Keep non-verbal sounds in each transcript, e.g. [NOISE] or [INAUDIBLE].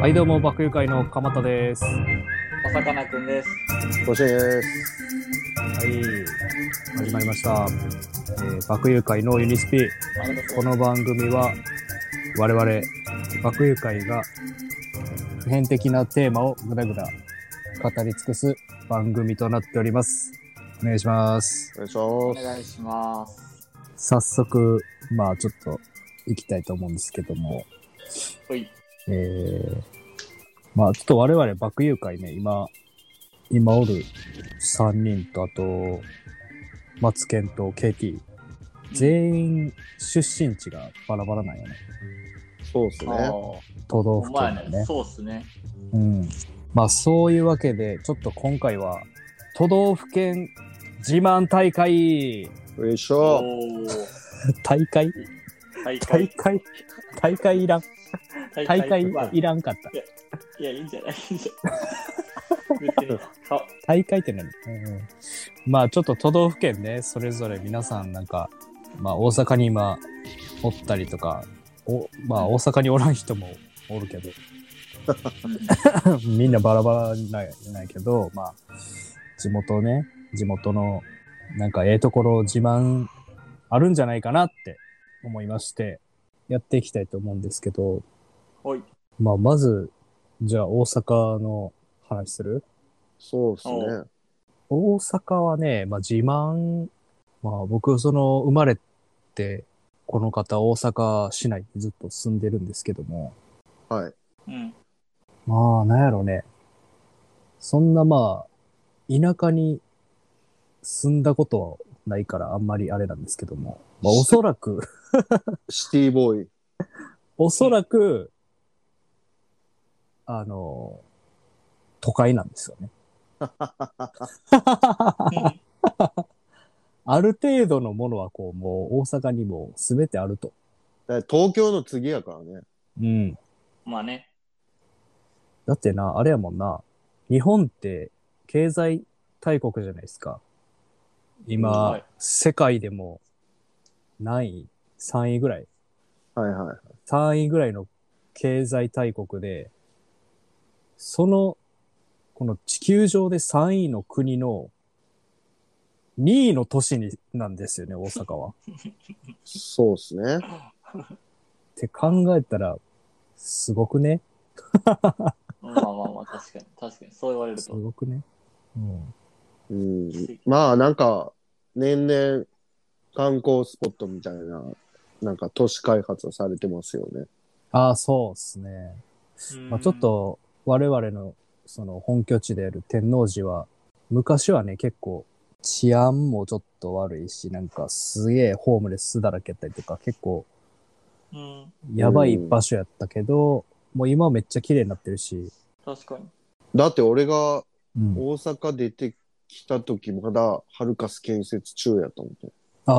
はい、どうも、爆友会の鎌田です。はおさかなくんです。ご主です。い、始まりました。えー、爆友会のユニスピ。ありがとうこの番組は、我々、爆友会が、普遍的なテーマをぐだぐだ語り尽くす番組となっております。お願いします。お願いしまおす。願いします。早速、まあ、ちょっと、行きたいと思うんですけども、ほい。えー、まあちょっと我々爆友会ね、今、今おる3人と、あと、マツケンと KT、全員出身地がバラバラなんよね。そうですあねあ。、都道お府前県でね、ね。そうっすね。うん。まあそういうわけで、ちょっと今回は、都道府県自慢大会よいしおょ。おー、大会大大会、会大会いらん。大大会まあいらんかった。いや、いいんじゃない、いいんじゃない。別に、か、大会って何、うん、まあちょっと都道府県ねそれぞれ皆さんなんか、まあ、大阪に今おったりとかおまあ大阪におらん人もおるけど [LAUGHS] みんなバラバラないないけどまあ地元ね地元のなんかええところ自慢あるんじゃないかなって思いましてやっていきたいと思うんですけど、おい、まあ、まずじゃあ大阪の話するそうですね。大阪はね、まあ、自慢、まあ、僕、その、生まれて、この方、大阪市内にずっと住んでるんですけども、はい。うん、まあ、なんやろね。そんな、まあ、田舎に住んだことはないから、あんまりあれなんですけども、まあ、おそらく、シティボーイ。おそらく、あの、都会なんですよね。ある程度のものはこう、もう大阪にも全てあると。だって東京の次やからね。うん。まあね、だってな、あれやもんな、日本って経済大国じゃないですか。今、はい世界でも何位 ?3 位ぐらいはいはい。 ?3 位ぐらいの経済大国で、その、この地球上で3位の国の2位の都市になんですよね、大阪は。そうですね。って考えたら、すごくねまあまあまあ、確かに、確かに、そう言われるすと。ごくね。うん。うん。まあなんか、年々観光スポットみたいな、なんか都市開発はされてますよね。ああ、そうっすね。まあ、ちょっと我々のその本拠地である天王寺は昔はね結構治安もちょっと悪いしなんかすげえホームレスだらけやったりとか結構うん。うん、やばい場所やったけど、もう今はめっちゃ綺麗になってるし、確かに。だって俺がうん、大阪出てきた時まだハルカス建設中やと思って。ああ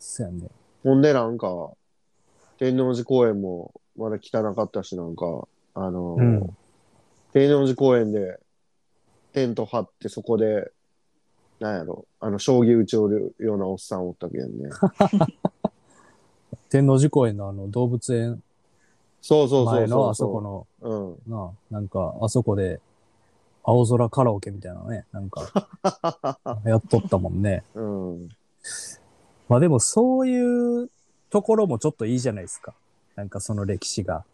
そうやねほんでなんか、天王寺公園もまだ汚かったし、なんか、あのーうん天王寺公園でテント張ってそこで、なんやろ、あの、将棋打ちおるようなおっさんおったけん [LAUGHS] ね。天王寺公園のあの動物園そうそうそ前うそのう。あそこのうん。なあなんかあそこで青空カラオケみたいなのねなん [LAUGHS] かやっとったもんねうん。まあでもそういうところもちょっといいじゃないですか。なんかその歴史が。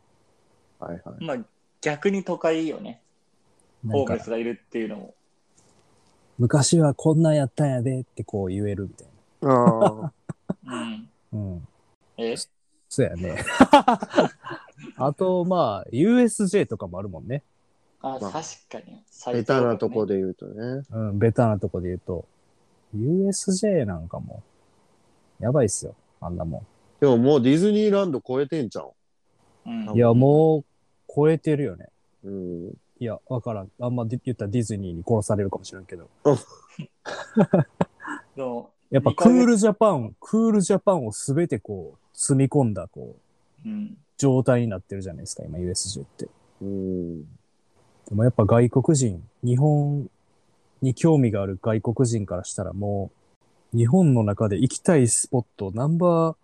はいはい。まあ、逆に都会よね。なホんームレかスがいるっていうのも。昔はこんなんやったんやでってこう言えるみたいああ。うん。な。うん。え、そうやね。 [LAUGHS] あとまあ USJ とかもあるもんね。あ、まあ確かに。最下手なとこで言うとね。うん、ベタなとこで言うと。USJ なんかも。やばいっすよ。あんなもでももうディズニーランド超えてんじゃん。うんん。いやもう超えてるよね。うん。いや、わからん。あんまで言ったらディズニーに殺されるかもしれんけど。でもやっぱ二クヶ月ールジャパン、クールジャパンをすべてこう、積み込んだ、こう、うん。状態になってるじゃないですか、今 USJ って。うん。でもやっぱ外国人、日本に興味がある外国人からしたらもう、日本の中で行きたいスポットナンバー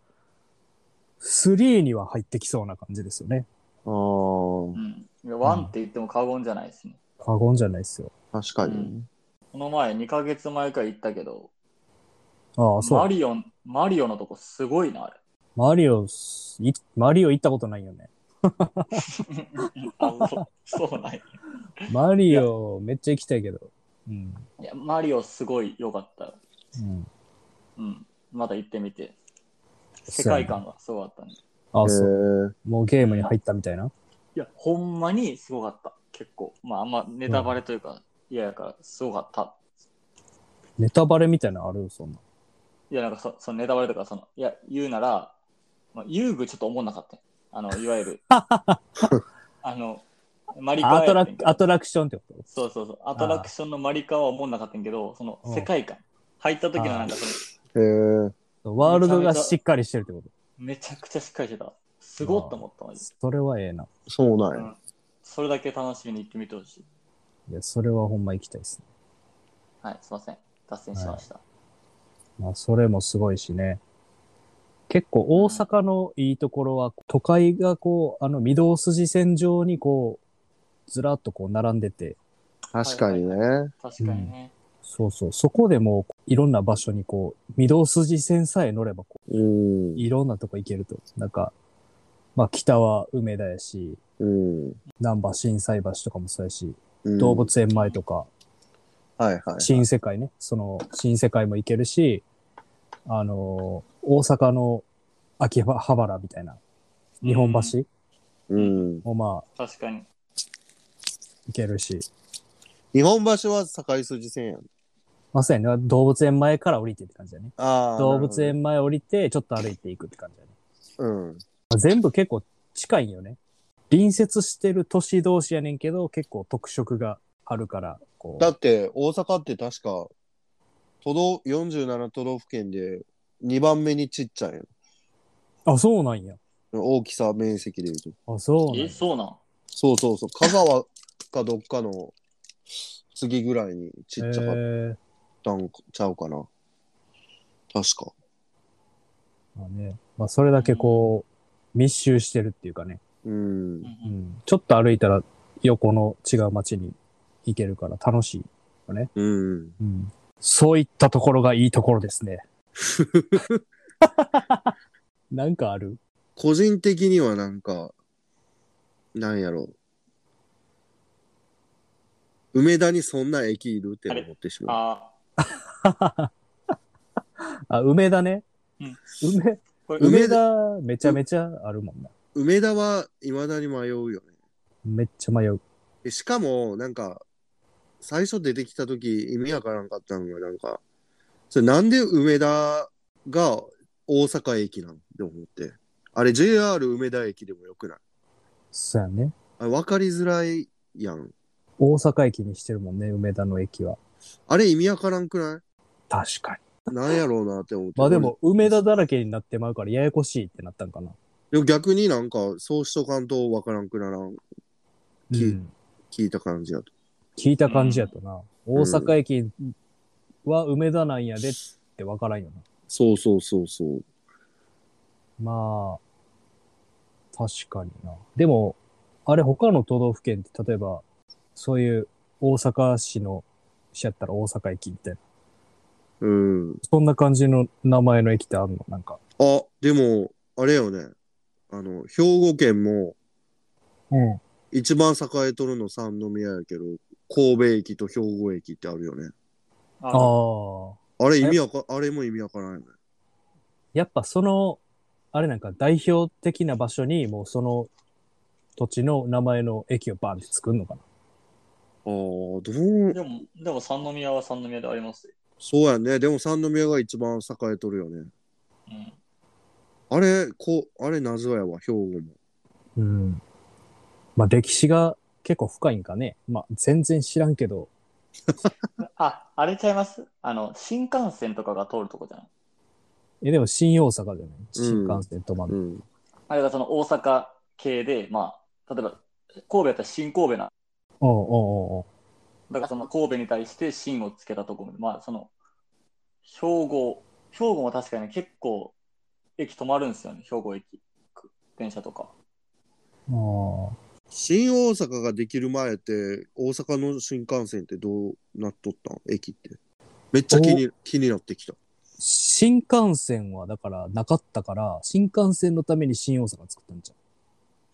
3には入ってきそうな感じですよね。あーうん。いやワンって言っても過言じゃないですね。過言じゃないですよ。確かにね、この前、2ヶ月前から行ったけど、ああ、そう。マリオ、マリオのとこすごいな、[LAUGHS] あれ。マリオ、いマリオ行ったことないよね。あ [LAUGHS] そうそうなんやマリオ、めっちゃ行きたいけど。うん。いや、マリオすごい良かった。うん。うん。まだ行ってみて。世そうやな界観がすごかったね。あへあ、そう。ーもうゲームに入ったみたいな。いや、ほんまにすごかった。結構。まあ、あんまネタバレというか、嫌やから、すごかった。ネタバレみたいなのあるそんな。いや、なんかそ、そのネタバレとか、その、いや、言うなら、まあ、遊具ちょっと思んなかったよ。あの、いわ [LAUGHS] ゆる。あの、マリカあはアトやっラてんけどアトラクションってことそうそうそう。アトラクションのマリカは思んなかったんやけど、そのうん世界観。入った時のなんかその、へーワールドがしっかりしてるってことめちゃくちゃしっかりしてた。すごっと思ったマジでそれはええな。そうなんや、うんそれだけ楽しみに行ってみてほしい。いや、それはほんま行きたいですね。はい、すいません。脱線しました。まあ、それもすごいしね。結構大阪のいいところは、都会がこう、あの、御堂筋線上にこう、ずらっとこう並んでて、確かにね、確かにね。そうそう、そこでもういろんな場所にこう、御堂筋線さえ乗ればこうんう、いろんなとこ行けると。なんか、まあ北は梅田やし、うん南波震災橋とかもそうやし、うん動物園前とか、はいはい新世界ね。その、新世界も行けるし、あのー大阪の秋葉原みたいな、日本橋うんもまあ、確かに。行けるし。日本橋は境筋線やんまさにね、動物園前から降りてって感じだね。あー動物園前降りて、ちょっと歩いていくって感じだね。なるほどうんまあ全部結構近いんよね。隣接してる都市同士やねんけど、結構特色があるから、こだって大阪って確か都道47都道府県で2番目にちっちゃいやんう。あ、そうなんや。大きさ面積でいうとあ、そうなんやえ、。そうなんそうそうそう香川かどっかの次ぐらいにちっちゃかっえーたんちゃうかな、確かまあね。まあ、それだけこう、密集してるっていうかね。うんうんううんんちょっと歩いたら横の違う街に行けるから楽しい。うんそういったところがいいところです [LAUGHS] ね。なんかある個人的にはなんか、なんやろう。梅田にそんな駅いるって思ってしまう。ああ、梅田ね。うん梅、ーこれ梅梅田めちゃめちゃあるもんな。梅田は未だに迷うよね。めっちゃ迷う。でしかも、なんか、最初出てきた時意味わからんかったのが、なんか、それなんで梅田が大阪駅なんって思って。あれ JR 梅田駅でもよくないそうやね。あれ分かりづらいやん。大阪駅にしてるもんね、梅田の駅は。あれ意味わからんくな確かに。いなんやろうなって思って。まあでも、梅田だらけになってまうからややこしいってなったんかな。でも逆になんか、そうしとかんとわからんくならん、うきん、聞いた感じやと。聞いた感じやとな。ん大阪駅は梅田なんやでってわからんよな。そうそうそうそう。まあ、確かにな。でも、あれ他の都道府県って、例えば、そういう大阪市の、市やったら大阪駅みたいな。うん。そんな感じの名前の駅ってあるのなんか。あ、でも、あれよね。あの、兵庫県も、うん。一番栄えとるの三宮やけど、神戸駅と兵庫駅ってあるよね。ああーあ。あれ意味わか、あれも意味わからんよね。やっぱその、あれなんか代表的な場所に、もうその土地の名前の駅をバンって作るのかな。ああ、どう、でも、でも三宮は三宮でありますよ。そうやね。でも三宮が一番栄えとるよね。うん。あれ、こう、あれ謎やわ、兵庫も。うん。まあ歴史が結構深いんかね。まあ全然知らんけど。あ、あれちゃいますあの、新幹線とかが通るとこじゃないえ、でも新大阪じゃない新幹線止まんのうん。あれがその大阪系で、まあ、例えば、神戸やったら新神戸な。おうおうおうおうだからその神戸に対して新をつけたとこまあ、その、兵庫、兵庫も確かに結構、駅止まるんですよね、兵庫駅。電車とか。あ新大阪ができる前って、大阪の新幹線ってどうなっとったん駅って。めっちゃ気に気になってきた。新幹線はだからなかったから、新幹線のために新大阪作ったんじ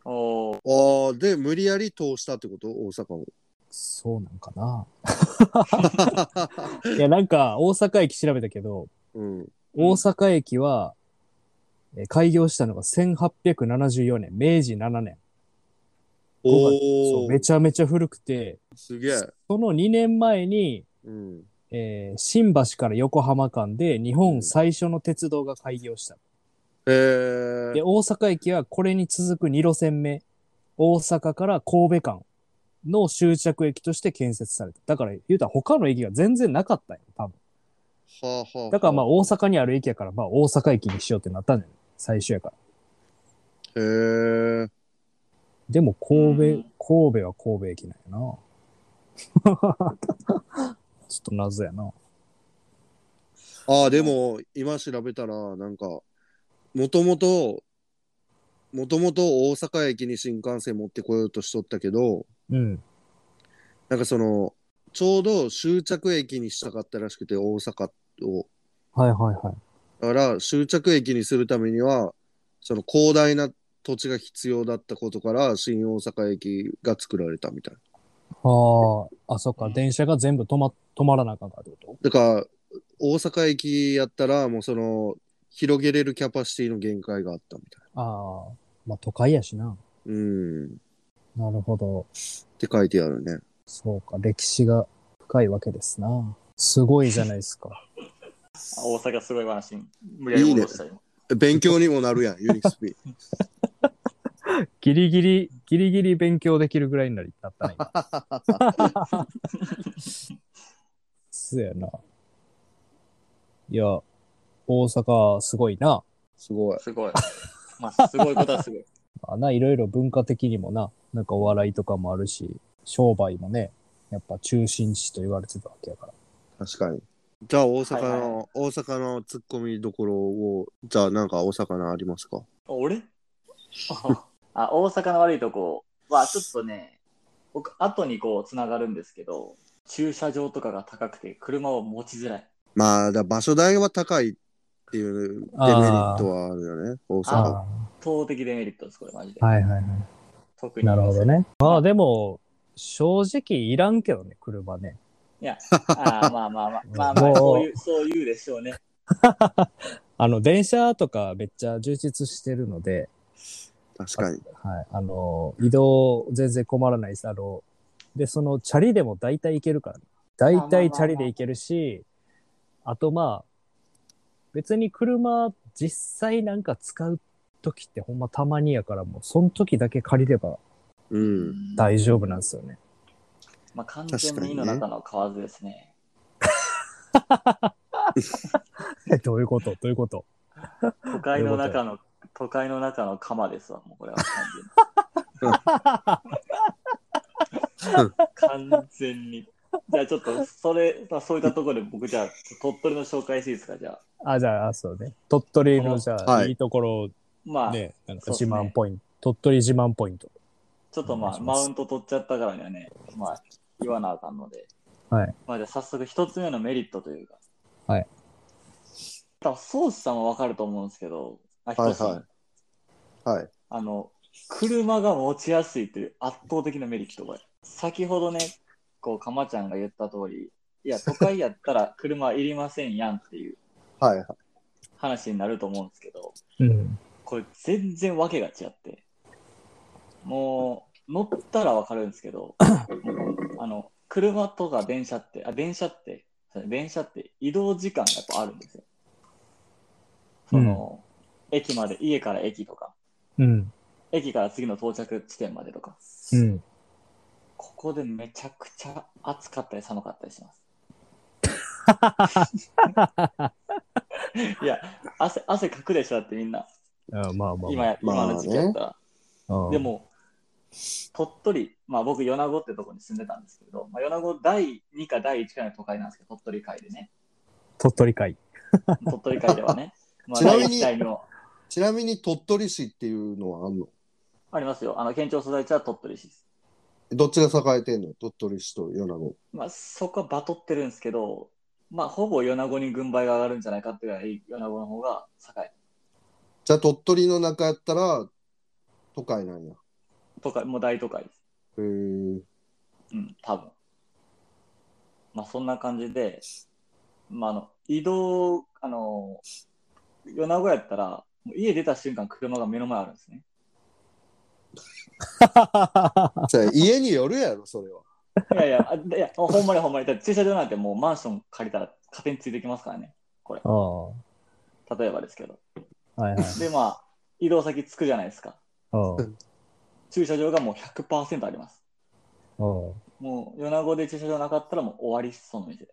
ゃん。おーああ、で、無理やり通したってこと大 [LAUGHS] 阪を。そうなんかな。いや、なんか大阪駅調べたけど、うん。大阪駅は、えー開業したのが1874年、明治7年。そうおお、めちゃめちゃ古くて、すげえ。その2年前に、うん。えー新橋から横浜間で日本最初の鉄道が開業した。えで、ー、大阪駅はこれに続く2路線目、大阪から神戸間の終着駅として建設された。だから言うたら他の駅が全然なかったよ、多分。はあはあはあ。だからまあ大阪にある駅やから、まあ大阪駅にしようってなったんだよね。最初やから。へえ。でも神戸、うん神戸は神戸駅なんやな。 [LAUGHS] ちょっと謎やな。ああ、でも、今調べたら、なんか、もともと、もともと大阪駅に新幹線持ってこようとしとったけど、うん。なんかその、ちょうど終着駅にしたかったらしくて、大阪を。はいはいはい。だから、終着駅にするためには、その広大な土地が必要だったことから、新大阪駅が作られたみたいな。ああ、あ、そっか、電車が全部止ま、止まらなあかんからってこだから、大阪駅やったら、もうその、広げれるキャパシティの限界があったみたいとああ、まあ都会やしな。な。うん。っなるほど。て書いてあるね。そうか、歴史が深いわけですな。すごいじゃないですか。あ大阪すごい話に無理やり戻した今。勉強にもなるやん、 [LAUGHS] ユニクスピ。 [LAUGHS] ギリギリ、ギリギリ勉強できるぐらいになりなったね。今そうやな。いや、大阪すごいな。すごい。すごい。まあ、すごいことはすごい。 [LAUGHS] まあな、いろいろ文化的にもな、なんかお笑いとかもあるし、商売もね、やっぱ中心地と言われてたわけやから。確かに。じゃあ、大阪はの、いはいは大阪の突っ込みどころを、じゃあ、なんか大阪のありますか [LAUGHS] 俺あ、大阪の悪いとこは、ちょっとね、僕、後にこう、つながるんですけど、駐車場とかが高くて、車を持ちづらい。まあ、だ場所代は高いっていうデメリットはあるよね、大阪。圧倒的デメリットです、これ、マジで。はいはいはい。特に。なるほど。ね。まあでも、正直いらんけどね、車ね。あーまあまあまあ、まあまもうあ、そういう、そういうでしょうね。あの、電車とかめっちゃ充実してるので、確かに。はい。あの、移動全然困らないです。あの、で、その、チャリでも大体行けるからね。大体チャリで行けるし、あとまあ、別に車実際なんか使う時ってほんまたまにやから、もうその時だけ借りればうん。大丈夫なんですよね。 [LAUGHS] まあ、完全に井の中の蛙ですね。え、どういうことどういうこと都会の中の、都会の中の釜ですわ、もうこれは完全に。完全に。じゃあちょっと、それ、まあ、そういったところで僕じゃあ、鳥取の紹介していいですか、じゃあ。あ、じゃあ、そうね。鳥取の、じゃあ、はいいいところまあ、ね、なんかそうっ自すね慢ポイント、鳥取自慢ポイント。ちょっとおま願いあ、しまマすウント取っちゃったからにはね、まあ、言わなあかんので。はい。まあ、じゃあ早速一つ目のメリットというか。はい。多分、ソースさんはわかると思うんですけど、あ、はい一つ目はいはい。あの、車が持ちやすいという圧倒的なメリットこれ。先ほどね、こう、かまちゃんが言った通り、いや、都会やったら車いりませんやんっていうはいはい。話になると思うんですけど、うん。これ全然わけが違って。もう、乗ったらわかるんですけど、あの、車とか電車って、あ、電車って、電車って移動時間がやっぱあるんですよ。その、駅まで、家から駅とか、うん。駅から次の到着地点までとか。うん。ここでめちゃくちゃ暑かったり寒かったりします。いや、汗、汗かくでしょだってみんな。あまあまあ、今や、まあ今の時期やったら。あ、で、も、鳥取、まあ僕、米子ってとこに住んでたんですけど、まあ、米子第2か第1回の都会なんですけど、鳥取会でね。 [LAUGHS] 鳥取会。鳥取会ではね。まあ、ちな第みに1回の。ちなみに鳥取市っていうのはあんのありますよ。あの、県庁所在地は鳥取市です。どっちが栄えてんの鳥取市と米子。まあ、そこはバトってるんですけど、まあ、ほぼ米子に軍配が上がるんじゃないかっていうぐらい、米子の方が栄え。じゃあ鳥取の中やったら都会なんや。都会、もう大都会です。へえ。うん、多分。まあそんな感じで、まああの、移動、あの、米子やったら、もう家出た瞬間車が目の前あるんですね。じゃあ家によるやろ、それは。いやいや、あいやほんまにほんまに。だって駐車場なんてもうマンション借りたら勝手についてきますからね。ああ。は例えばですけど。いはい。で、まあ、移動先着くじゃないですか。あ駐車場がもう100%あります。あ。あもう、米子で駐車場なかったらもう終わりっす、その店。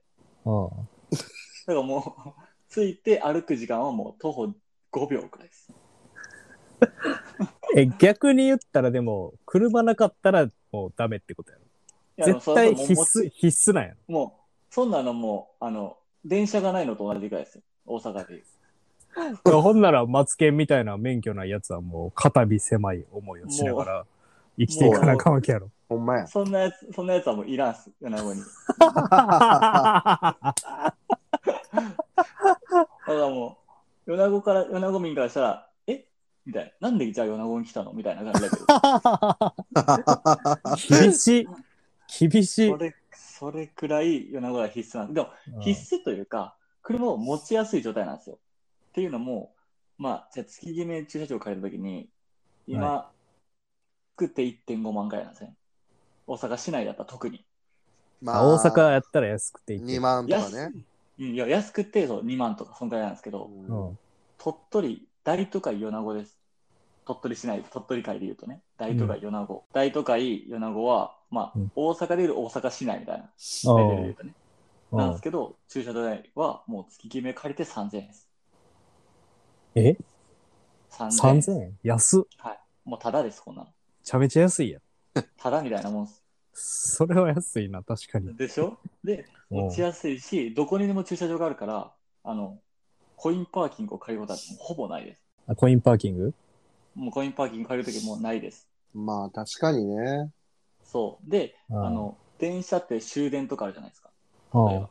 あ。あだからもう、着いて歩く時間はもう徒歩5秒くらいです。え、逆に言ったらでも、車なかったらもうダメってことやいやろ。絶対でも必それはもう須、必須なんやろ。 [LAUGHS] もう、そんなのもう、あの、電車がないのと同じぐらいですよ。大阪でいう。いやほんなら、マツケンみたいな免許ないやつはもう、肩身狭い思いをしながら生きていかなあかんわけやろ。ほ [LAUGHS] んまや。そんなやつ、そんなやつはもういらんっす、米子に。だからもう、米子から、米子民からしたら、えみたいな。なんでじゃあ米子に来たのみたいな感じだけど。厳しい。厳しいそ。れ、それくらい米子は必須なんです。うん必須というか、車を持ちやすい状態なんですよ。っていうのも、まあ、じゃあ月決め駐車場を借りたときに、今、作って1.5万くらいなんですね。大阪市内だったら特に。まあ大阪やったら安くていいけ2ど。万とか安ね。いいや安くてそう2万とか、そんくらいなんですけど、うん鳥取、大都会、米子です。鳥取市内、鳥取界で言うとね、大都会、米子。大都会、米子は、まあ、うん大阪でいうと大阪市内みたいなあレベルで言うとね。あなんですけど、駐車場代はもう月決め借りて3000円です。え3000円。 3000円安っ。はい。もうただです、こんなの。めちゃめちゃ安いやん。ただみたいなもんです。それは安いな、確かに。でしょで、持ちやすいし、どこにでも駐車場があるから、あの、コインパーキングを借りることはもうほぼないです。あコインパーキングもうコインパーキング借りるときもうないです。まあ確かにね。そう。で、ああの、電車って終電とかあるじゃないですか。例えばあ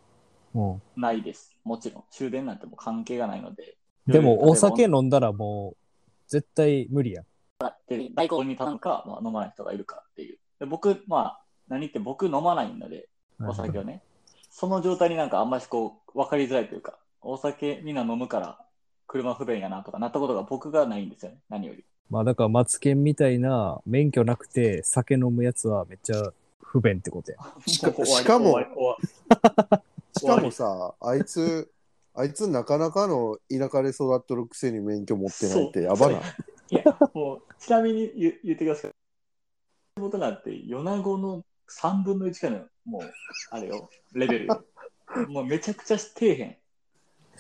うんないです。もちろん。終電なんてもう関係がないので。でも、お酒例え飲んだらもう、絶対無理やん。ばで大根に頼むか、まあ、飲まない人がいるかっていう。で僕、まあ、何言って僕飲まないので、お酒をね。その状態になんかあんまりこう、分かりづらいというか、お酒みんな飲むから、車不便やなとかなったことが僕がないんですよね。何より。まあだから、マツケンみたいな免許なくて酒飲むやつはめっちゃ不便ってことや。しか [LAUGHS] う終わりしかも終わり終わりしかもさ、あいつ、あいつなかなかの田舎で育っとるくせに免許持ってないってやばないそ。いや、もう、ちなみに言う言ってください。地元なんて、米子の3分の1からの、もう、あれよ、レベルよ。もうめちゃくちゃ底辺。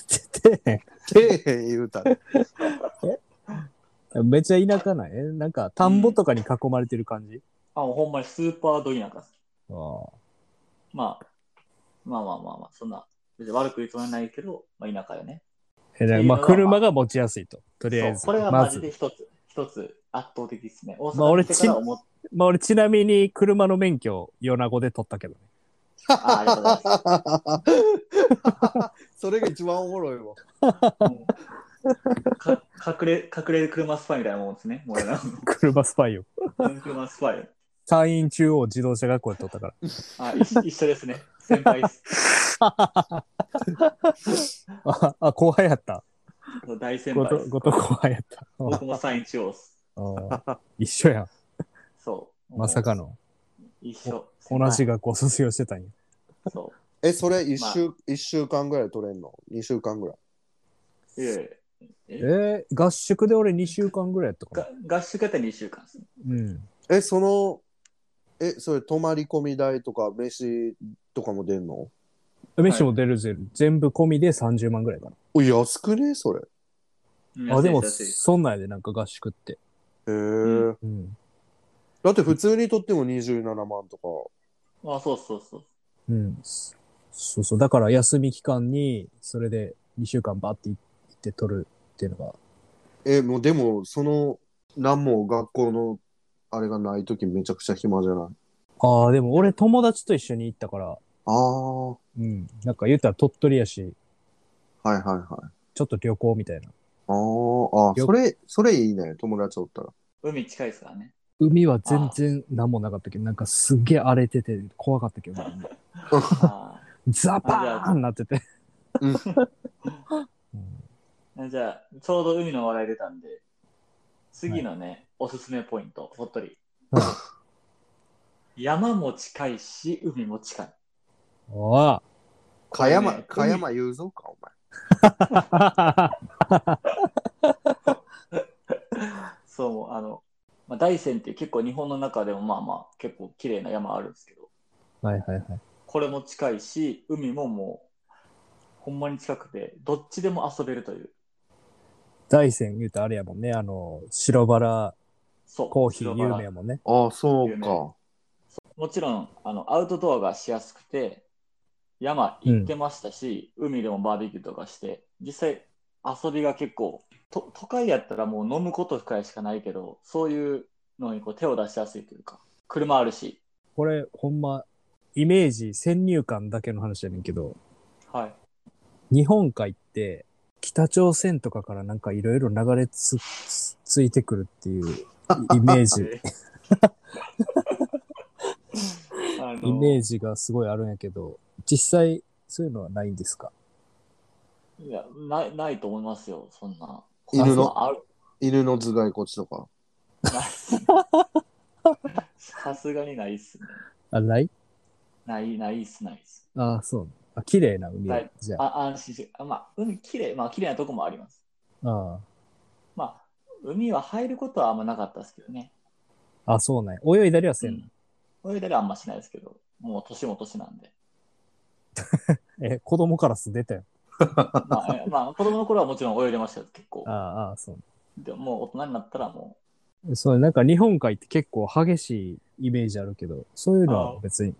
絶対底辺言うたら。 [LAUGHS] めっちゃ田舎ないえなんか、田んぼとかに囲まれてる感じ、あ、もうほんまにスーパード田舎です。ああまあ、まあまあまあまあ、そんな、別に悪く言うつもりはないけど、まあ田舎よね。えだからまあ、車が持ちやすいと。ととりあえず。これはまマジでず。一つ、一つ圧倒的ですね。大まあ阪俺に来てから思っまあ俺、ちなみに車の免許、米子で取ったけどね。 [LAUGHS] た。あありがとうございます。 [LAUGHS] それが一番おもろいわ。もうか隠れ、隠れ車スパイみたいなもんですね。もう俺ら車スパイを。の [LAUGHS] 車スパイ。山陰中央自動車学校で取ったから。あ、一 [LAUGHS] 緒一緒ですね。先輩です。あ、あ後輩やった。大先ご輩と、ですご。と後輩やった。僕もサイン中央です。ああ [LAUGHS] 一緒やん。そう。まさか。の。一緒。同じが。学校卒業してたんや。そえ、それ一週、一週間ぐらい取れんの ?2 週間ぐらい。う。いやいやいえー、合宿で俺2週間ぐらいやったかやが合宿やったら2週間ですね。な。うん。え、その、え、それ泊まり込み代とか飯とかも出んの飯も出るぜ、全部込みで30万ぐらいかお安くねそれ。へうんな。あ、でも、安い安いそんなんやで、なんか合宿って。え、ううん。だって普通に取っても27万とか。あ、そうそうそう。うん。そそうそう。だから休み期間に、それで2週間バッて行って取るっていうのが、え、もうでも、その、なんも学校の、あれがないときめちゃくちゃ暇じゃない。ああ、でも俺友達と一緒に行ったから、ああ、はうん。なんか言ったら鳥取やし、いはいはい。ちょっと旅行みたいな。あーあ、よそれ、それいいね、友達おったら。海近いですか [LAUGHS] らね。海は全然何もなかったけど、なんかすっげえ荒れてて怖かったけど、あザパーンなってて。うんうんーじゃあ、ちょうど海の話題出たんで、次のね、おすすめポイント、鳥取。はい山も近いし、海も近い。おあかやこれま、ねかやま雄三か、お前。そう、もうあの、まあ、大山っていう結構日本の中でもまあまあ結構綺麗な山あるんですけど、はいはいはい。これも近いし、海ももう、ほんまに近くて、どっちでも遊べるという。大山言うとあれやもんね、あの、白バラそう。コーヒー白有バ名ラやもんね。ああ、そう有か名。もちろん、あの、アウトドアがしやすくて、山行ってましたし、海でもバーベキューとかして、実際遊びが結構、と都会やったらもう飲むことくらいしかないけど、そういうのにこう手を出しやすいというか、車あるし、これほんま、イメージ、先入観だけの話やねんけど、はい。日本海って北朝鮮とかからなんかいろいろ流れつつついてくるっていうイメージ、あのイメージがすごいあるんやけど、実際そういうのはないんですかいやない、ないと思いますよ、そんな。犬のある犬の頭蓋骨とか。ないっすねさすがにないっすね。あ、ないない、ないっす、ないっす。あ、そう。あ、綺麗な海や、はいじゃあ。あ、安心して。あまあ、海綺麗、まあ、綺麗なとこもあります。あまあ、海は入ることはあんまなかったですけどね。ああ、そうね。泳いだりはせんの、泳いだりはあんましないですけど、もう年も年な [LAUGHS] んで。え、子供からす出たよ。まあ、えまあ、子供の頃はもちろん泳いでましたよ、結構あ。あ、ああそう。でも、もう大人になったらもそう、なんか日本海って結構激しいイメージあるけど、そういうのは別に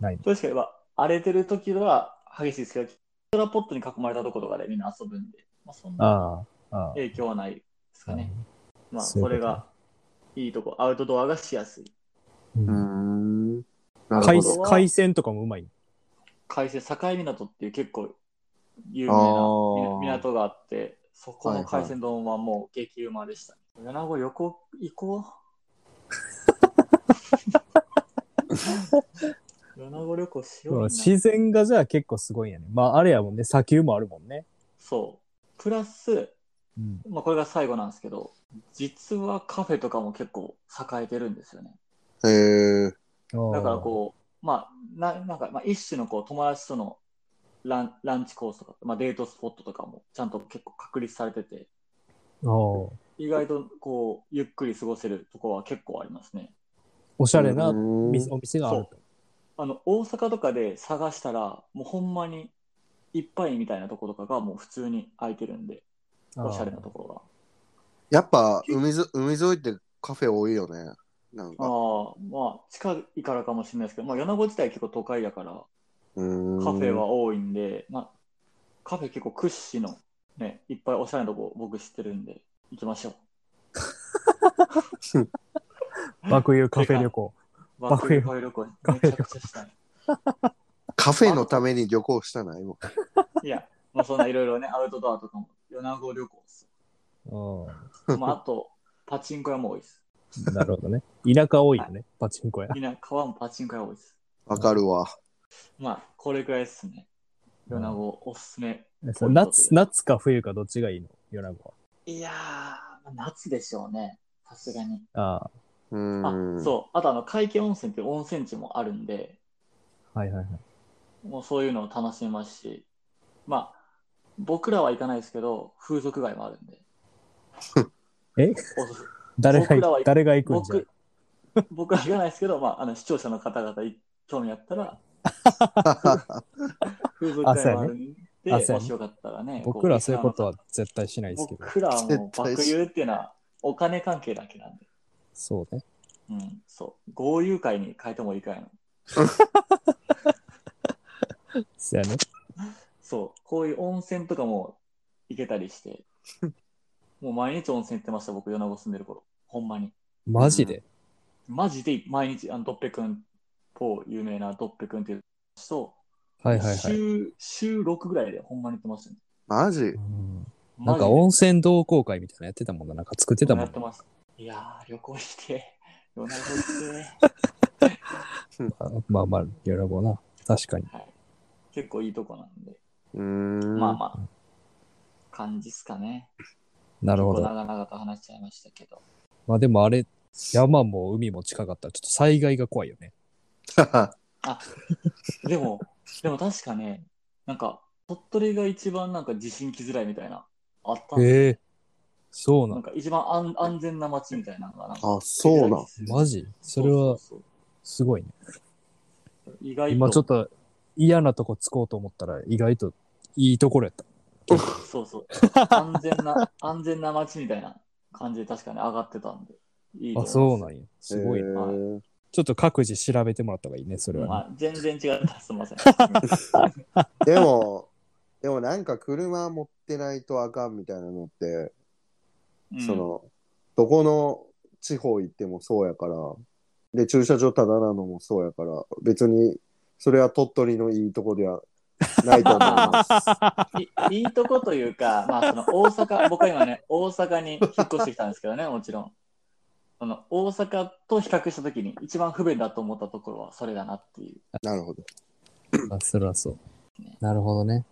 ないのう、。確かに、まあ、荒れてる時は激しいですけど、トラポットに囲まれたところとかでみんな遊ぶんで、まあ、そんなああ、ああ。影響はないですかね。まあ、そういうそことれがいいとこ、アウトドアがしやすい。うんうーん。なる海ほど。海鮮とかもうまい。海鮮、境港っていう結構有あ名なーみな港があって、そこはのいはい海鮮丼はもう激うまでした、ね。米子旅行行こう。米子旅行しようみんな自然がじゃあ結構すごいんやね。まああれやもんね、砂丘もあるもんね。そう。プラス、うん、まあ、これが最後なんですけど、実はカフェとかも結構栄えてるんですよね。へえ。だだからこう、まあ、ななんか、まあ、一種のこう友達とのランランチコースとか、まあ、デートスポットとかもちゃんと結構確立されてて、う。おー意外とこう、ゆっくり過ごせるところは結構ありますね。おしゃれなうーんお店お店があると。あの、大阪とかで探したら、もうほんまにいっぱいみたいなところとかがもう普通に空いてるんで、おしゃれなところやっぱ海ぞ、海沿いってカフェ多いよね。なんが。あか。あ、まあ、近いからかもしれないですけど、まあ、米子自体結構都会やから、うーんカフェは。多いんで、まあ、カフェ結構屈指の、ね、いっぱいおしゃれなとこ僕知ってるんで、行きましょう。あー爆遊カフェ旅行。バッ爆ク遊カフェ旅行めちゃくちゃしたい。カフェのために旅行したないもいや、まあ、そんないろいろね、アウトドアとかも、米子旅行っす。おまあ、あと、パチンコ屋も多いです。ーなるほどね。田舎多いよね、パチンコ屋。みんな、川もパチンコ屋多いです。わかるわ。まあ、これくらいですね。米うん子おすすめ。そう夏夏か冬かどっちがいいの米子いやー、まあ夏でしょうね。さすがに。は。ああうー、ん。そう。あと、あの、海家温泉っていう温泉地もあるんで、あ、はいはいはい。もうそういうのを楽しめますし、まあ、僕らは行かないですけど、風俗街もあるんで。え [LAUGHS] おすす誰が僕らは行く誰が行くんじゃ僕、僕は行かないですけど、まあ、あの視聴者の方々、興味あったら、風俗街もあるんで、あそうやねあそうやねもしよかったらね。僕らはそういうことはリ絶対しないですスけナーのど方。僕らはもう、絶対し爆遊っていうのは、お金関係だけなんで。そうね。うん、そう。豪遊会に変えてもいいかいの。そうやね。 [LAUGHS] そう、こういう温泉とかも行けたりして、もう毎日温泉行ってました、僕、米子住んでる頃。ほんまに。マジで。マジで毎日、あの、ドッペ君、ポー、有名なドッペ君っていう人はいと、はいはい。週、週6ぐらいでほんまに行ってましたね。 [LAUGHS] マジうんマなんジかで温泉同好会みたいなのやってたもんな。なんか作ってたもやんってな。ます。いやー、旅行行って、米子行って。 [LAUGHS] あまあまあ、喜ぼうな。確かに。はい、結構いいとこなんで、うーん。まあまあ、感じっすかね。ななるほど。長々と話しちゃいましたけど。まあでもあれ、山も海も近かったら、ちょっと災害が怖いよね。あ。でも、 [LAUGHS] でも確かね、なんか、鳥取が一番なんか地震来づらいみたいな、あったんですよええそうななんのか一番安安全な街みたいなのがなんか。 [LAUGHS] あ、そうなん。マジそれはうそうすごいね。そう意外と。今ちょっと嫌なとこつこうと思ったら、意外といいところやった。そうそう。安全 [LAUGHS] な、安全な街みたいな感じで確かに上がってたんで。いいとあ、思いますそうなんや。すごいね、えーちょっと各自調べてもらった方がいいね、それはね、あ全然違った。すみ [LAUGHS] ません。でも、 [LAUGHS] でもなんか車持ってないとあかんみたいなのって、うんその、どこの地方行ってもそうやから、で、駐車場ただなのもそうやから、別に、それは鳥取のいいとこではないと思います。いいいとこというか、まあ、その大阪、僕は今ね、大阪に引っ越してきたんですけどね、もちろん。その大阪と比較したときに、一番不便だと思ったところはそれだなっていう。なるほど。あそれはそう。なるほどね。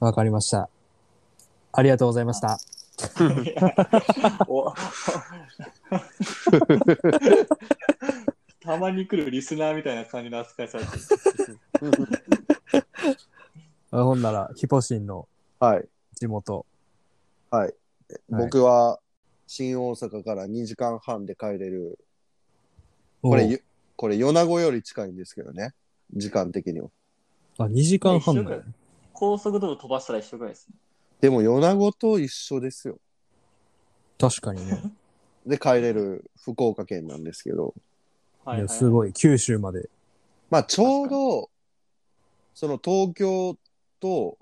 わかりました。ありがとうございました。おたまに来るリスナーみたいな感じの扱いされてる。あほんなら、ヒポシンのはい。地元。はい。僕は、新大阪から2時間半で帰れる。これ、おうゆこれ、米子より近いんですけどね。時間的には。あ、2時間半だ一よ緒ぐらい。高速道路飛ばしたら一緒ぐらいですね。でも、米子と一緒ですよ。確かにね。で、帰れる福岡県なんですけど。はいい、はやい。すごい。九州まで。まあ、ちょうど、その東京と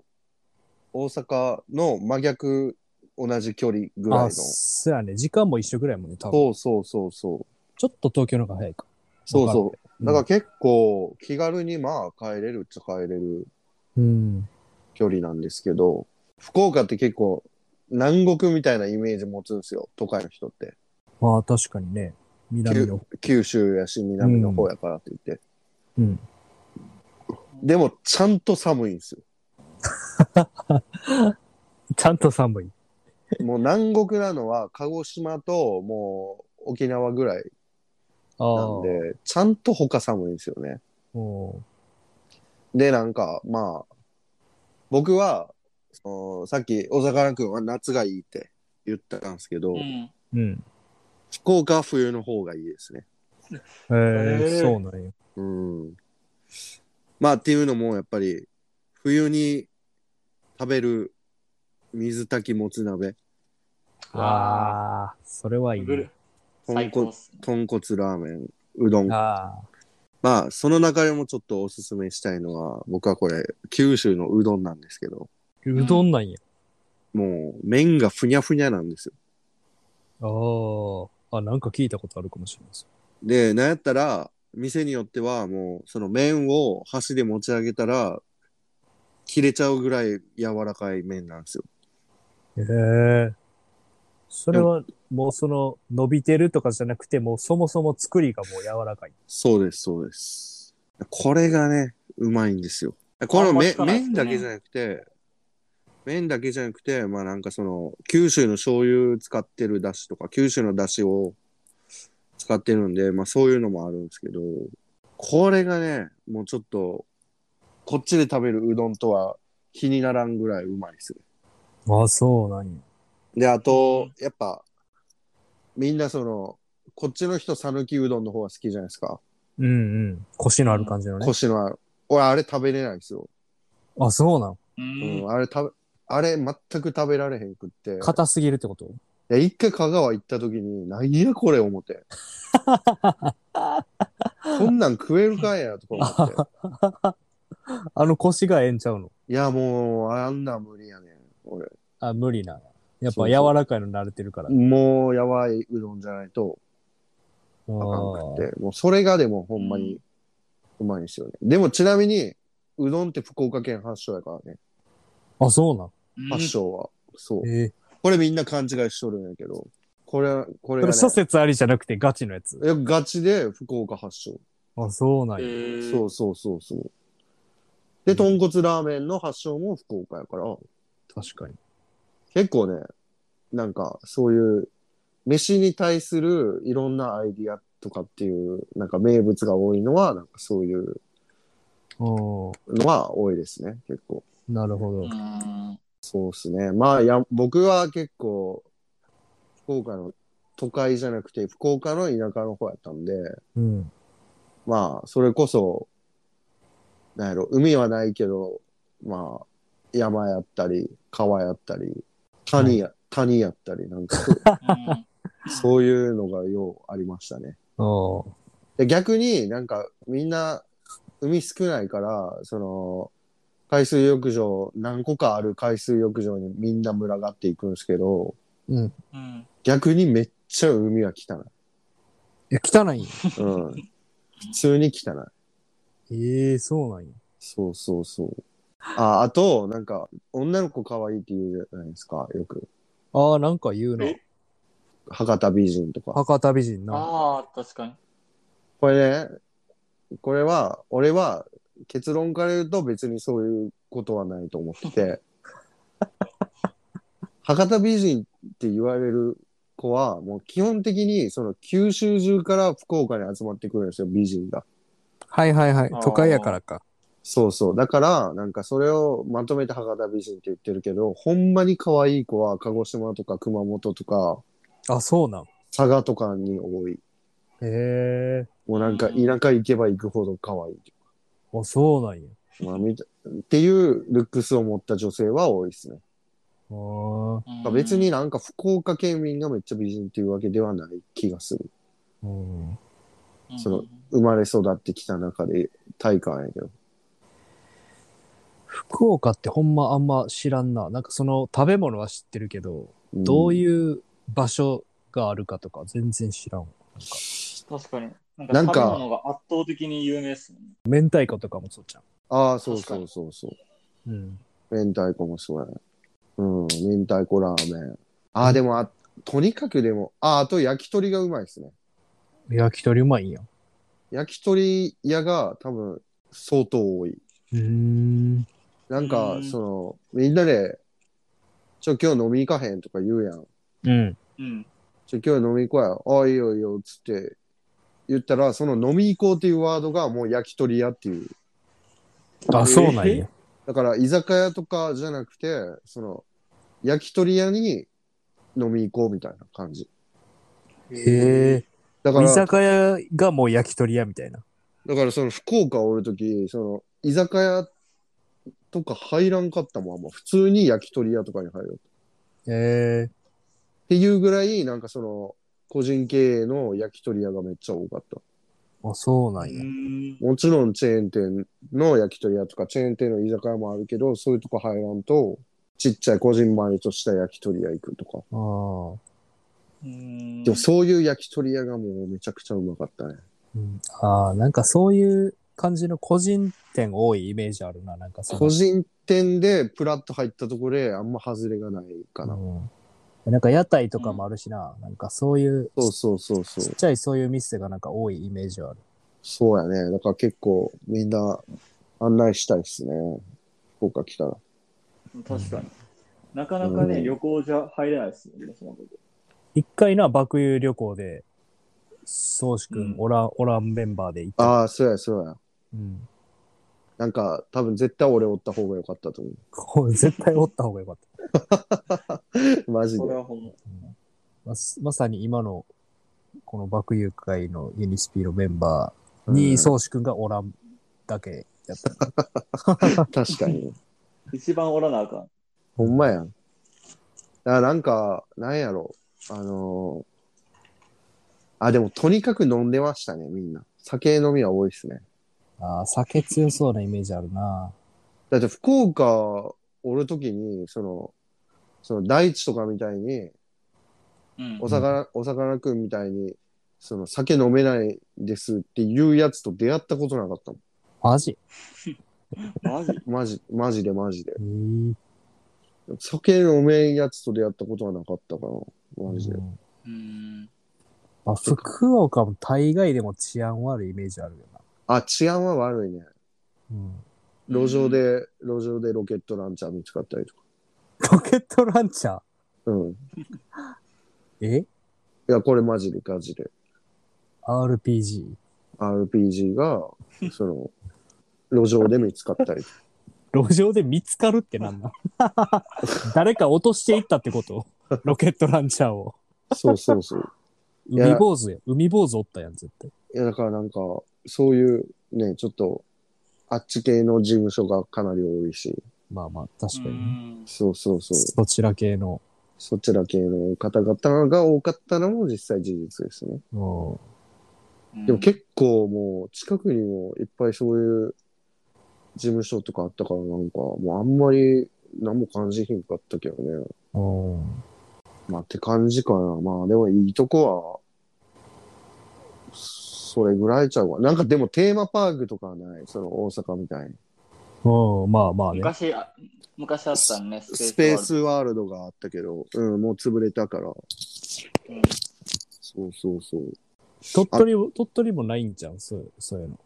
大阪の真逆同じ距離ぐらいの。あ、そうやね。時間も一緒ぐらいもんね、多分。そうそうそうそう。ちょっと東京の方が早いか。そうわそんう。だから結構気軽にまあ帰れるっちゃ帰れるうん。距離なんですけど、福岡って結構南国みたいなイメージ持つんですよ、都会の人って。まあ、確かにね。南の。九州やし南の方やからって言って。うん。でもちゃんと寒いんですよ。ちゃんと寒い。もう南国なのは鹿児島ともう沖縄ぐらいあなんあ。で、ちゃんと他寒いんですよね。おうで、なんか、まあ、僕は、そのさっき、小魚くんは夏がいいって言ったんですけど、うん。うん。福岡は冬の方がいいですね。へえへえそうなんや。うん。まあ、っていうのも、やっぱり、冬に食べる水炊きもつ鍋、あああ、それはいいー。ぐるね。最高っすね。豚骨ラーメン、うどん。ああ。まあ、その中でもちょっとおすすめしたいのは、僕はこれ、九州のうどんなんですけど、うどんなんや。もう、麺がふにゃふにゃなんですよああ。あ、なんか聞いたことあるかもしれないです。で、なんやったら、店によってはもう、その麺を箸で持ち上げたら、切れちゃうぐらい柔らかい麺なんですよ。へえそれは、もうその、伸びてるとかじゃなくて、もうそもそも作りがもう柔らかい。そうです、そうです。これがね、うまいんですよ。こあのんまめ聞かないですね麺だけじゃなくて、麺だけじゃなくて、まあなんかその、九州の醤油使ってるだしとか、九州のだしを使ってるんで、まあそういうのもあるんですけど、これがね、もうちょっと、こっちで食べるうどんとは気にならんぐらいうまいですね。あ、そうなんや。で、あとうん、やっぱ、みんなその、こっちの人、讃岐うどんの方が好きじゃないですか。うんうん。腰のある感じのね。腰のある。俺、あれ食べれないんですよ。あ、そうなん。ううんん。あれ食べ、あれ全く食べられへんくって。硬すぎるってこといや、一回香川行った時に、なんやこれ [LAUGHS] 思って。こんなん食えるかいやとか [LAUGHS] 思って。あの腰がええんちゃうのいや、もう、あんなん無理やねん、俺。あ、無理な。やっそぱう柔そうらかいの慣れてるから。もうやばいうどんじゃないとあかんあくーって、もうそれがでもほんまにうまいんですよね。でもちなみに、うどんって福岡県発祥やからね。あ、そうなん。発祥は。そう。ええこれみんな勘違いしとるんやけど、これ、これこが、れね、諸説ありじゃなくてガチのやつ。いやガチで福岡発祥。あ、そうなんや。そそうそうそうそう。で、豚骨ラーメンの発祥も福岡やから、確かに。結構ね、なんかそういう、飯に対するいろんなアイディアとかっていう、なんか名物が多いのは、なんかそういうおーのは多いですね、結構。なるほど。うん。そうですね。まあ、や、僕は結構、福岡の都会じゃなくて、福岡の田舎の方やったんで、うん。まあ、それこそ、なんやろ、海はないけど、まあ、山やったり、川やったり、谷や、谷やったり、なんか、 [LAUGHS] そういうのがようありましたね。おーで逆になんかみんな海少ないから、その、海水浴場、何個かある海水浴場にみんな群がっていくんですけど、うん。うん逆にめっちゃ海は汚え、汚いんや。い。うん。普通に汚い。ええそうなんや。そうそうそう。あ、あと、なんか、女の子可愛いって言うじゃないですか、よく。ああ、なんか言うな。え博多美人とか。博多美人な。ああ、確かに。これね、これは、俺は結論から言うと別にそういうことはないと思って [LAUGHS] て、博多美人って言われる子は、もう基本的にその九州中から福岡に集まってくるんですよ、美人が。はいはいはいあー。都会やからか。そうそう。だから、なんかそれをまとめて博多美人って言ってるけど、ほんまに可愛い子は鹿児島とか熊本とかあ、そうなん。佐賀とかに多い。へえもうなんか田舎行けば行くほど可愛い。あ、そうなんや。まあ、みたっていうルックスを持った女性は多いですね。あーまあ別になんか福岡県民がめっちゃ美人っていうわけではない気がする。うん。うん、その生まれ育ってきた中で体感やけど。福岡ってほんまあんま知らんな。なんかその食べ物は知ってるけど、うんどういう場所があるかとか全然知らん。確かに。ななんんかか食べ物が圧倒的に有名ですね。明太子とかもそうじゃああ、そうそうそうそん。うん。う。明太子もそうやね。うん、明太子ラーメン。ああ、でもあ、とにかくでも、ああ、あと焼き鳥がうまいですね。焼き鳥うまいんや。焼き鳥屋が多分相当多い。うーん。なんかう、んその、みんなで、ちょ、今日飲み行かへんとか言うやん。うん。うん。じゃあ今日飲み行こうや。ああ、いいよいいよ、つって言ったら、その飲み行こうっていうワードがもう焼き鳥屋っていう。あ、そうなんや。だから居酒屋とかじゃなくて、その、焼き鳥屋に飲み行こうみたいな感じ。へえ。だか居ら、だか酒屋がもう焼き鳥屋みたいな。らその福岡おるとき、その、居酒屋とか入らんかったもん、あんま普通に焼き鳥屋とかに入る。っへえ。ていうぐらい、なんかその、個人経営の焼き鳥屋がめっちゃ多かった。あ、そうなんうや。ん。もちろんチェーン店の焼き鳥屋とかチェーン店の居酒屋もあるけど、そういうとこ入らんと、ちっちゃいこじんまりとした焼き鳥屋行くとか。ああ。うんでもそういう焼き鳥屋がもうめちゃくちゃうまかったね。うん、ああ、なんかそういう感じの個人店多いイメージあるな。なんかその個人店でプラッと入ったところであんま外れがないかな。うん、なんか屋台とかもあるしな。なんかそういう、そうそうそうそちっう。ちゃいそういう店がなんか多いイメージはある。そうやね。だから結構みんな案内したいっすね。福岡来たら。確かに。なかなかうね、ん旅行じゃ入れないですよね、そのこと。一回な、爆遊旅行で、宗志くうんん、オラ、オランメンバーで行った。ああ、そうやそうや。うん。なんか多分絶対俺おった方が良かったと思こう絶対おった方がよかった。う。 [LAUGHS] マジそでれ。はほんま。まさまさに今の、この爆遊会のユニスピのメンバーに、宗志くんがおらんだけやった。 [LAUGHS] 確かに。一番おらなあかん。ほんまやん。だからなんか、なんやろ。あのーあ、でもとにかく飲んでましたね、みんな。酒飲みは多いですね。ああ、酒強そうなイメージあるな。だって福岡おるときに、その、その大地とかみたいに、うんお魚、お魚くんみたいに、その酒飲めないですっていうやつと出会ったことなかったもん。マジマジマジ、マジでマジで。えー酒飲めんやつと出会ったことはなかったかな。マジで。うん。まあ、福岡も大概でも治安悪いイメージあるよな。あ、治安は悪いね。うん、路上で、路上でロケットランチャー見つかったりとか。ロケットランチャーうん。いえや、これマジでガチで。 ?RPG? [LAUGHS] RPG が、その、路上で見つかったり。路上で見つかるって [LAUGHS] なんだ誰か落としていったってことロケットランチャーを。そうそうそう。いや海坊主や。海坊主おったやん、絶対。いや、だからなんか、そういうね、ちょっと、あっち系の事務所がかなり多いし、まあまあ、確かうにね。んそうそうそう。そちら系の。そちら系の方々が多かったのも実際事実ですね。うんうんでも結構もう近くにもいっぱいそういう事務所とかあったからなんかもうあんまり何も感じひんかったけどね。うん。まあって感じかな。まあでもいいとこは、それぐらいちゃうわ。なんかでもテーマパークとかはない。その大阪みたいに。うん、まあまあね。昔あ、昔あったね、スペーススワールドがあったけど、うん、もう潰れたから。ワールそうそうそう。鳥取も、鳥取もないんじゃん、そうそういうの。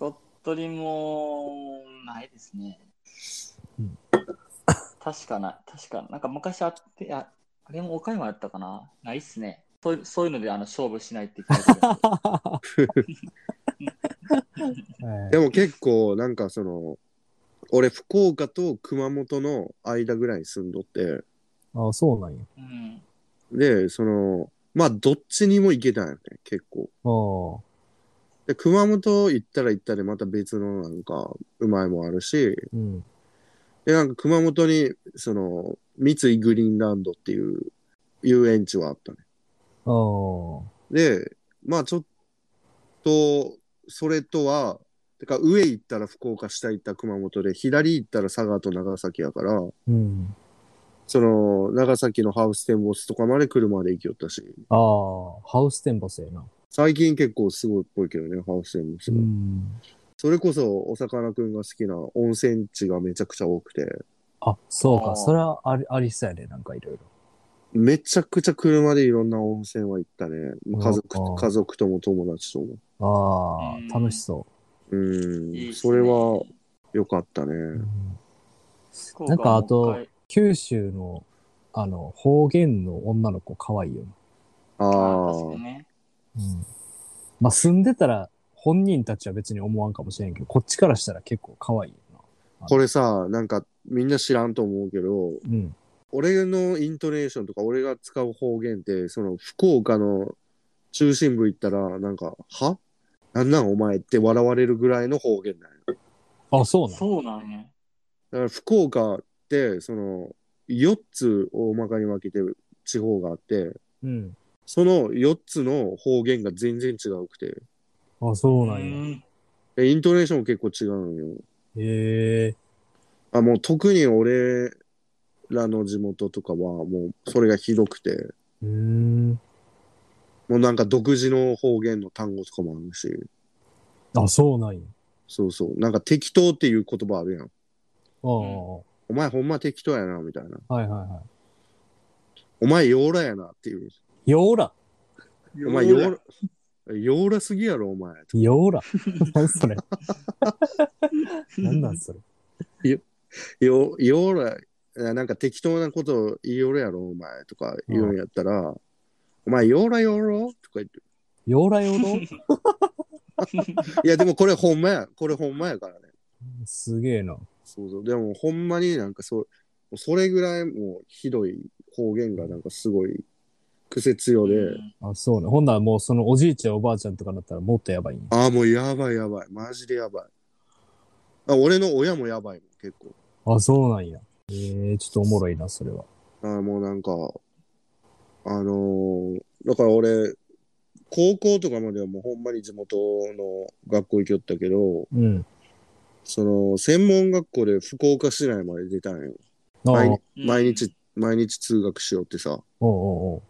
ド。うん鳥取もないですねうん。確かない、確か、なんか昔あって、ああれも岡山やったかなないっすね。そういうそういうのであの勝負しないって言って [LAUGHS] たけどでも結構なんかその、俺福岡と熊本の間ぐらいに住んどって、ああ、そうなんや。うんで、その、まあどっちにも行けたんよね、結構。あで、熊本行ったら行ったでまた別のなんか、うまいもあるあ、し、うん。で、なんか熊本に、その、三井グリーンランドっていう遊園地はあったね。ああ、で、まあちょっと、それとは、てか上行ったら福岡、下行ったら熊本で、左行ったら佐賀と長崎やから、うん。その、長崎のハウステンボスとかまで車で行きよったし、ああ、ハウステンボスやな。最近結構すごいっぽいけどね、ハウステンボスうも。ん。それこそ、お魚くんが好きな温泉地がめちゃくちゃ多くて、あ、そうあか。あそれはあり、ありそうやね。なんかいろいろ。めちゃくちゃ車でいろんな温泉は行ったね。家あ族、ー家族とも友達とも。あうんあ、楽しそういいっん、すねそれは良かったね。う。福な岡んかあもうと一回、九州の、あの、方言の女の子可愛いよな。ああああ、確かにね。うん。まあ、住んでたら、本人たちは別に思わんかもしれんけど、こっちからしたら結構可愛いよこれさ、なんかみんな知らんと思うけど、な。うん。俺のイントネーションとか俺が使う方言って、その福岡の中心部行ったら、なんか、はなんなんお前って笑われるぐらいの方言なんよあ、そうなのそうなんや。だから福岡って、その、4つ大まかに分けてる地方があって、うん。その4つの方言が全然違うくて、あ、そううなんや。んでイントネーションも結構違うのよ。へえ。あ、もう特に俺らの地元とかはもうそれがひどくて、うーん。もうなんか独自の方言の単語とかもあるし、あ、そうなんや。そうそう、なんか適当っていう言葉あるやん。ああ、うんお前ほんま適当やな、みたいな。はいはいはお前ヨーラやなっていう。い。ヨーラお前ヨーラ、ヨーラすぎやろ、お前。ヨーラ [LAUGHS] 何それ何なんそれヨヨーラ、えなんか適当なことを言いよるやろ、お前とか言うんやったら、お前ヨーラヨーロとか言って。ヨーラヨーロいや、でもこれほんまや。これほんまやからね。すげえな。そうそう。でもほんまになんかそう、それぐらいもうひどい方言がなんかすごい癖強で、うんあ、そうね。ほんならもうそのおじいちゃんおばあちゃんとかなったらもっとやばいんや。ああ、もうやばいやばい。マジでやばい。あ俺の親もやばいもん、結構。あ、そうなんや。ええちょっとおもろいな、それは。あーもうなんか、あのーだから俺、高校とかまではもうほんまに地元の学校行きよったけど、うん。その、専門学校で福岡市内まで出たんよ。毎おう日毎日、毎日通学しようってさ。おうお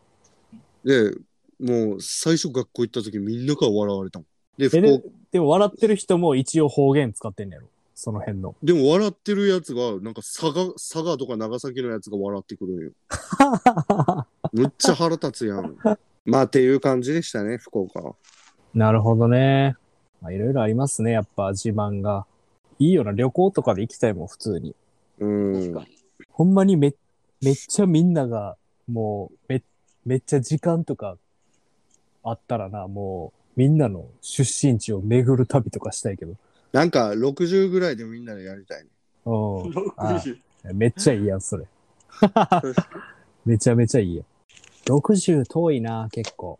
うで、もう最初学校行った時みんなから笑われたもん。で、え福で岡、でも笑ってる人も一応方言使ってんねやろ。その辺の。でも笑ってるやつが、なんか佐賀、佐賀とか長崎のやつが笑ってくるん [LAUGHS] よ。むっちゃ腹立つやん。まあっていう感じでしたね、福岡は。なるほどね。まあ、いろいろありますね。やっぱ自慢が。いいよな。旅行とかで行きたいもん、普通に。う確ん。かにほんまにめ、めっちゃみんなが、もう、め、めっちゃ時間とかあったらな、もう、みんなの出身地を巡る旅とかしたいけど。なんか60ぐらいでみんなでやりたいね。うん。 60 [LAUGHS] めっちゃいいやん、それ。めちゃめちゃいいやん。60遠いな、結構。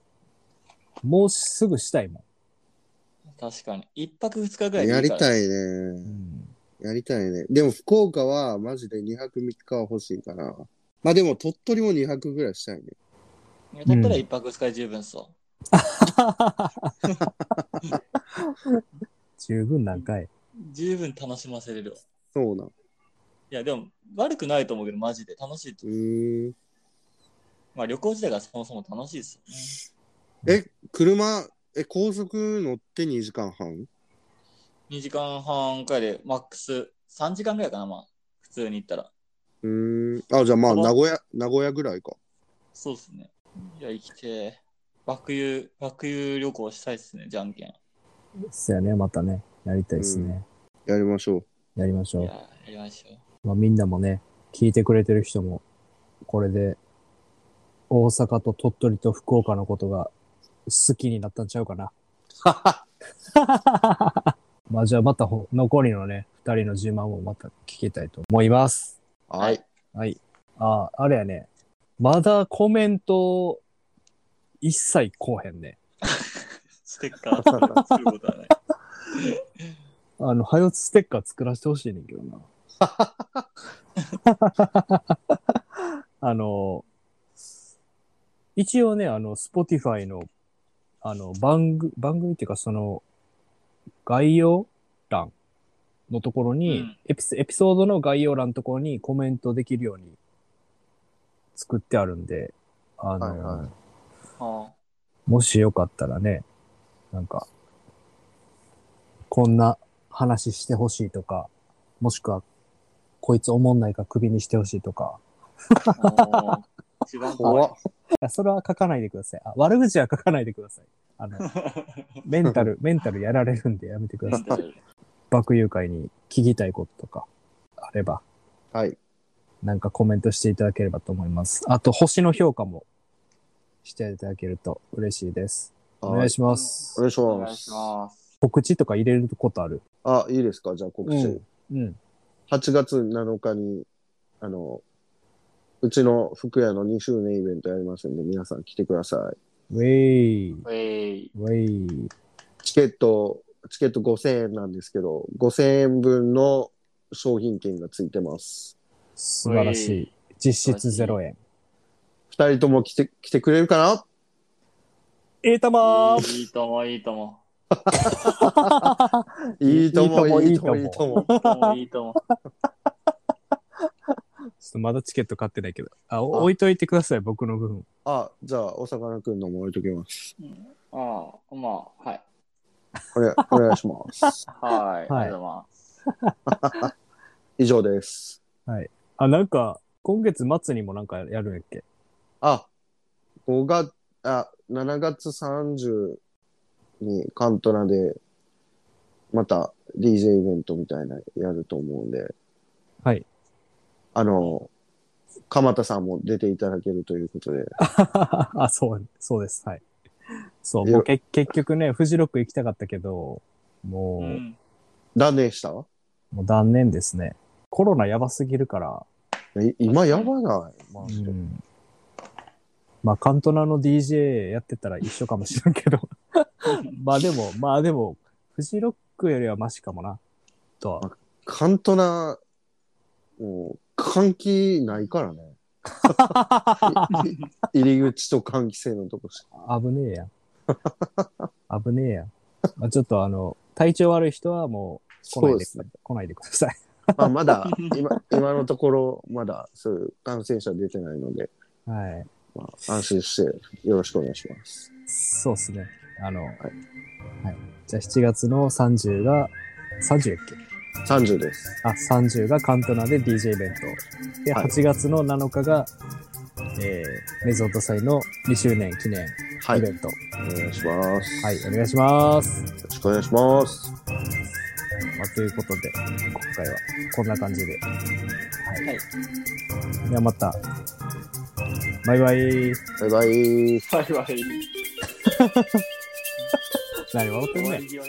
もうすぐしたいも確かに一泊二日ぐらいでやいいりからたいん。うね。ん、やりたいね。でも福岡はマジで2泊3日は欲しいかな。まあでも鳥取も2泊ぐらいしたいね。いやだったら一泊二日で十分そ十分なんかい。う十分楽しませれるわそうなん。ういやでも悪くないと思うけどマジで楽しいとーん。まあ旅行自体がそもそも楽しいですよねえ、車、え、高速乗って2時間半2時間半くらいで、マックス3時間ぐらいかな、まあ、普通に行ったら。うーん。あ、じゃあまあその名古屋、名古屋ぐらいか。そうですね。いや、生きて、爆遊、爆遊旅行したいですね、じゃんけん。いそやね、またね。やりたいですね。やりましょう。やりましょや、う。やりましょう。まあ、みんなもね、聞いてくれてる人も、これで、大阪と鳥取と福岡のことが好きになったんちゃうかな。まあじゃあまたほ残りのね、二人の自慢をまた聞きたいと思います。はい。はい。ああ、あれやね。まだコメント、一切こうへんね。ステッカー作ることはない。あの、ハヨツステッカー作らせてほしいねんけど [LAUGHS] な。あの、一応ね、あの、Spotify の、あの、番組、番組っていうか、その、概要欄のところに、うんエピソ、エピソードの概要欄のところにコメントできるように作ってあるんで、あの、はいはあもしよかったらね、なんか、こんな話してほしいとか、もしくは、こいつおもんないからクビにしてほしいとか、あもう、一番怖怖いっ。いやそれは書かないでください。あ悪口は書かないでください。あの、メンタル、メンタルやられるんでやめてくださ [LAUGHS] い。爆誘会に聞きたいこととか、あれば、はい。なんかコメントしていただければと思います。あと、星の評価もしていただけると嬉しいです。お願いしますお。願いしお願まいしす。ます。告知とか入れることあるあ、いいですかじゃあ告知。うんうん。 8月7日に、あの、うちの服屋の2周年イベントやりますんで、皆さん来てください。ウェイ。ウェイ。ウェイ。チケット、チケット5000円なんですけど、5000円分の商品券がついてます。素晴らしウェいイ。実質0円。 2人とも来て、来てくれるかなええたまーいいとも、いいとも。いいとも、いいいいともとも、いいとも。いいともいいとも。 [LAUGHS] ちょっとまだチケット買ってないけど。あ、お置いといてください、僕の分。あ、じゃあ、おさかなクンのも置いときます。ああ、まあ、はい。お願いお願いします。はい。ありがとうございます。以上です。あ、なんか、今月末にもなんかやるんやっけ [LAUGHS] あ、5月、あ、7月30にカントラで、また DJ イベントみたいなやると思うんで、はい。あの、鎌田さんも出ていただけるということで、あ、そう、そうです。はい。そう、もうけ結局ね、フジロック行きたかったけど、もう、うん断念したもう断念ですね。コロナやばすぎるから、え今やばない、うマジでん。まあ、カントナの DJ やってたら一緒かもしれんけ [LAUGHS] ど。まあでも、まあでも、フジロックよりはマシかもな、とはカントラ、もう、換気ないから [LAUGHS] ね。い入り口と換気性のとこしか。危ねえやん。 [LAUGHS] 危ねえやん。まあ、ちょっとあの、体調悪い人はもう来ないでください。来ないでください。まあ、まだ、今、今のところ、まだ、そういう感染者出てないので、はい。まあ、安心して、よろしくお願いします。そうですね。あの、はいい。じゃあ7月の30が、30だっけ30です。あ、30がカントナで DJ イベント。で、はい8月の7日が、えー、メゾント祭の2周年記念はイい。ベおント。願いします。はい、よお願いします。ろしくお願いします。まあ、ということで、今回はこんな感じで。はい。はいではまた。バイバイ。バイバイ。バイバイ。何笑ってんねん際。